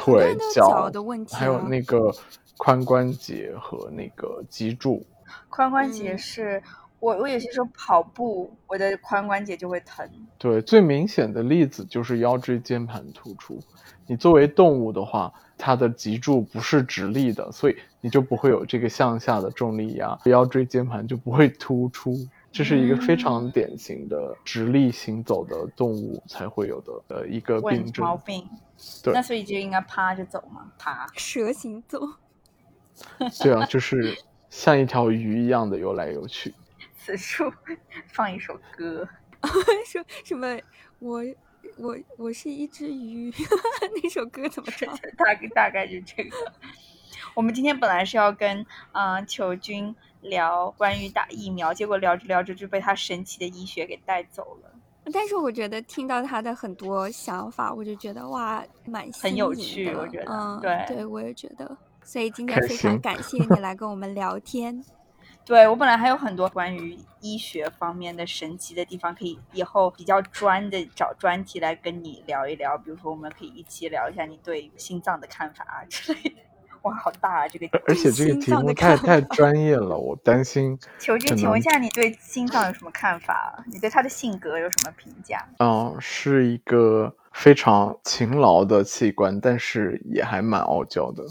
多腿人都有脚的问题、啊，还有那个髋关节和那个脊柱。髋关节嗯是、我，我有些时候跑步，我的髋关节就会疼。对，最明显的例子就是腰椎间盘突出。你作为动物的话，它的脊柱不是直立的，所以你就不会有这个向下的重力压，腰椎间盘就不会突出。这是一个非嗯常典型的直立行走的动物才会有的呃一个问病症。毛病。对那所以就应该趴着走嘛，趴。蛇行走，对啊，就是像一条鱼一样的游来游去。此处放一首歌，说什么我我我是一只鱼， 那首歌怎么唱？大概大概就这个。 我们今天本来是要跟嗯、呃球君聊关于打疫苗，结果聊着聊着就被他神奇的医学给带走了。但是我觉得听到他的很多想法，我就觉得哇，蛮很新有颖趣我的觉得嗯，对对我也觉得。所以今天开非常心 感谢你来跟我们聊天，对我本来还有很多关于医学方面的神奇的地方，可以以后比较专的找专题来跟你聊一聊。比如说，我们可以一起聊一下你对心脏的看法啊之类的。哇，好大啊！这个而且这个心题脏的目太太看专业了，我担心球君，可请问一能下，你对心脏有什么看法？你对他的性格有什么评价？嗯，是一个非常勤劳的器官，但是也还蛮傲娇的，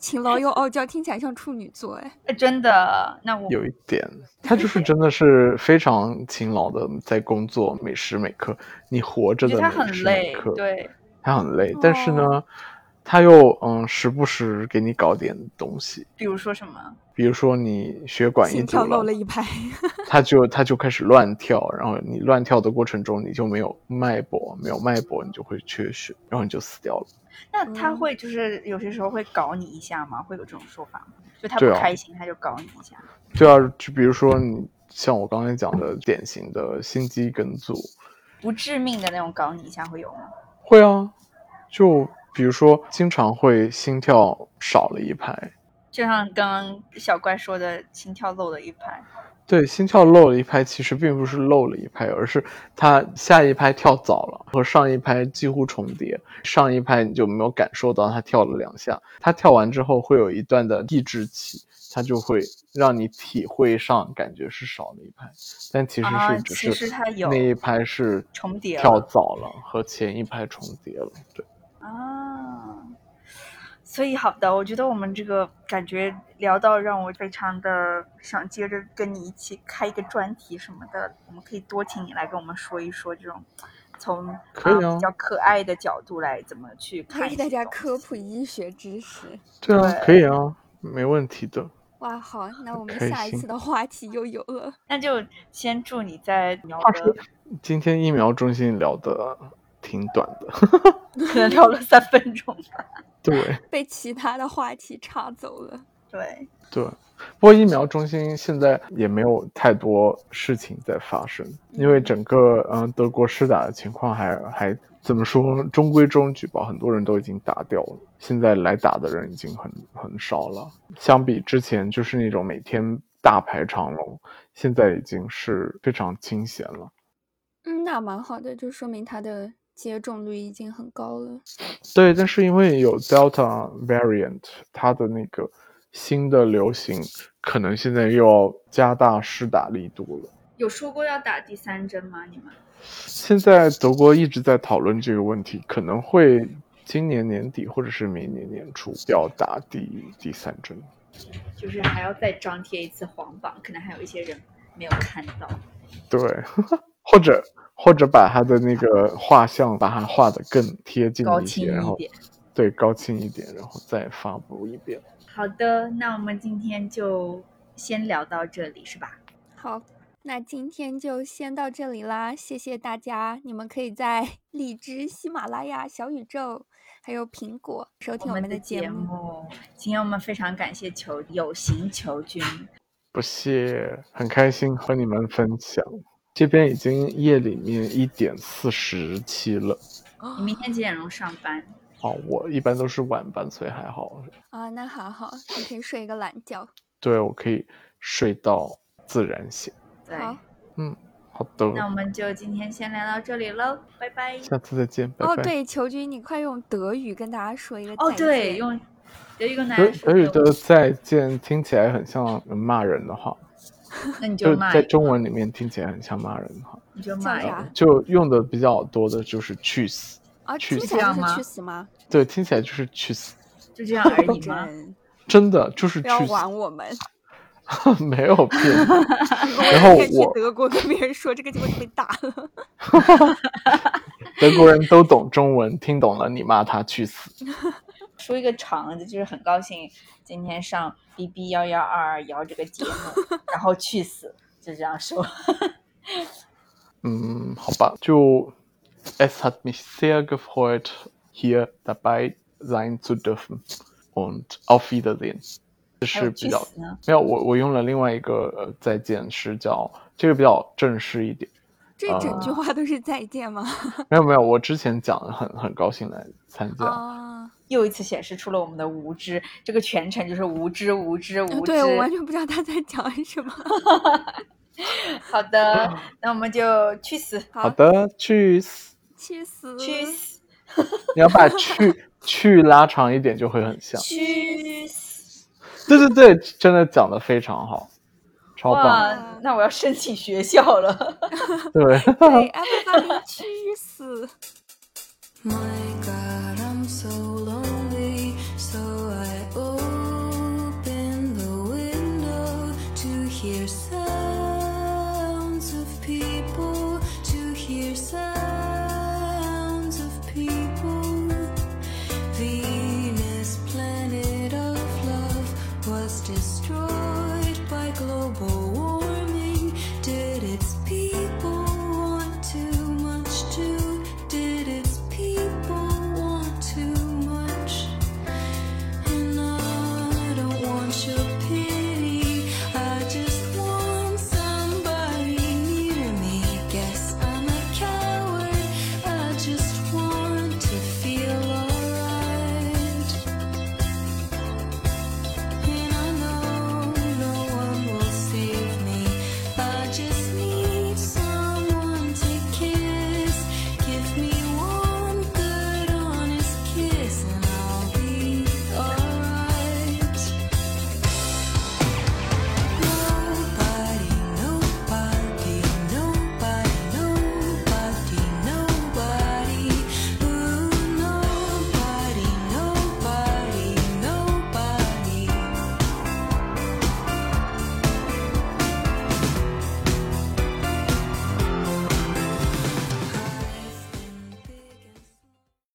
勤劳又傲娇，哦听起来像处女座哎。哎，真的，那我有一点，他就是真的是非常勤劳的在工作，每时每刻，你活着我的觉得他每很时每累刻，，对，哦他很累，但是呢，他又嗯时不时给你搞点东西，比如说什么？比如说你血管一心堵跳漏了一 拍，他就他就开始乱跳，然后你乱跳的过程中你就没有脉搏，没有脉搏你就会缺血，然后你就死掉了。那他嗯会就是有些时候会搞你一下吗？会有这种说法吗？就他不对啊开心，他就搞你一下。对啊，就比如说你像我刚才讲的典型的心肌梗阻，不致命的那种搞你一下会有吗？会啊，就比如说经常会心跳少了一拍，就像刚刚小怪说的，心跳漏了一拍。对，心跳漏了一拍，其实并不是漏了一拍，而是它下一拍跳早了，和上一拍几乎重叠。上一拍你就没有感受到它跳了两下，它跳完之后会有一段的抑制期，它就会让你体会上感觉是少了一拍，但其实啊是只其是实它有那一拍是重叠了跳早了，和前一拍重叠了。对，啊，所以好的，我觉得我们这个感觉聊到让我非常的想接着跟你一起开一个专题什么的，我们可以多请你来跟我们说一说这种从可以啊啊比较可爱的角度来怎么去 看还一给些大家东科西普医学知识。对啊，对可以啊，没问题的。哇，好，那我们开下一心次的话题又有了。 那就先祝你在苗话说的今天疫苗中心聊的挺短的，可 能聊了三分钟吧。对。被其他的话题岔走了。对，对，不过疫苗中心现在也没有太多事情在发生，因为整个嗯、呃德国施打的情况还还怎么说中规中矩吧，很多人都已经打掉了，现在来打的人已经很很少了，相比之前就是那种每天大排长龙，现在已经是非常清闲了。嗯，那蛮好的，就说明它的接种率已经很高了。对，但是因为有 Delta variant，它的那个新的流行，可能现在又要加大施打力度了。有说过要打第三针吗？你们？现在德国一直在讨论这个问题，可能会今年年底或者是明年年初要打第第三针。就是还要再张贴一次黄榜，可能还有一些人没有看到。对， 或者或者把他的那个画像把它画得更贴近高一清些，然一后点。对高清一点，然后再发布一遍。好的，那我们今天就先聊到这里，是吧？好，那今天就先到这里啦，谢谢大家。你们可以在 荔枝、喜马拉雅、小宇宙，还有苹果收听我们的节节目，今天我们非常感谢球有形球 菌，不谢，很开心和你们分享。这边已经夜里面一点四十七了，你哦明天几点钟上班？哦，我一般都是晚班，所以还好。啊，那好好，你可以睡个懒觉。对，我可以睡到自然醒。对，好嗯，好的。那我们就今天先聊到这里喽，拜拜。下次再见，拜拜。哦，对，球君，你快用德语跟大家说一个哦，再对，见用德语跟大德家说德语这个的再见听起来很像骂人的话，那你就就骂在一，中文里面听起来很像骂人的话，你就叫骂一啥个。？就用的比较多的就是去死，啊，去死听起来这就样是吗去死吗？对，听起来就是去死，就这样而已吗？真真的就是不要去玩我们！死， 没有骗你。 然后我天去我德国跟别人说这个，结果就被打了。 德国人都懂中文，听懂了你骂他去死，说一个长的，就是很高兴今天上 B B 幺幺二二摇这个节 目，然后去死，就这样说。嗯，好吧，就 es hat mich sehr gefreut hier dabei sein zu dürfen und auf Wiedersehen，这还是有比去较死呢？没有，我我用了另外一个呃再见是叫这个比较正式一点。这啊整句话都是再见吗？没有没有，我之前讲的很很高兴来参加。啊。又一次显示出了我们的无知，这个全程就是无知、无知、无呃知。对我完全不知道他在讲什么。好的，那我们就去死，好的，去死！ 去死！去死，你要把去去拉长一点，就会很像。去死！对对对，真的讲的非常好，超棒。哇，那我要申请学校了。对，对，everybody 去死！ My God, I'm so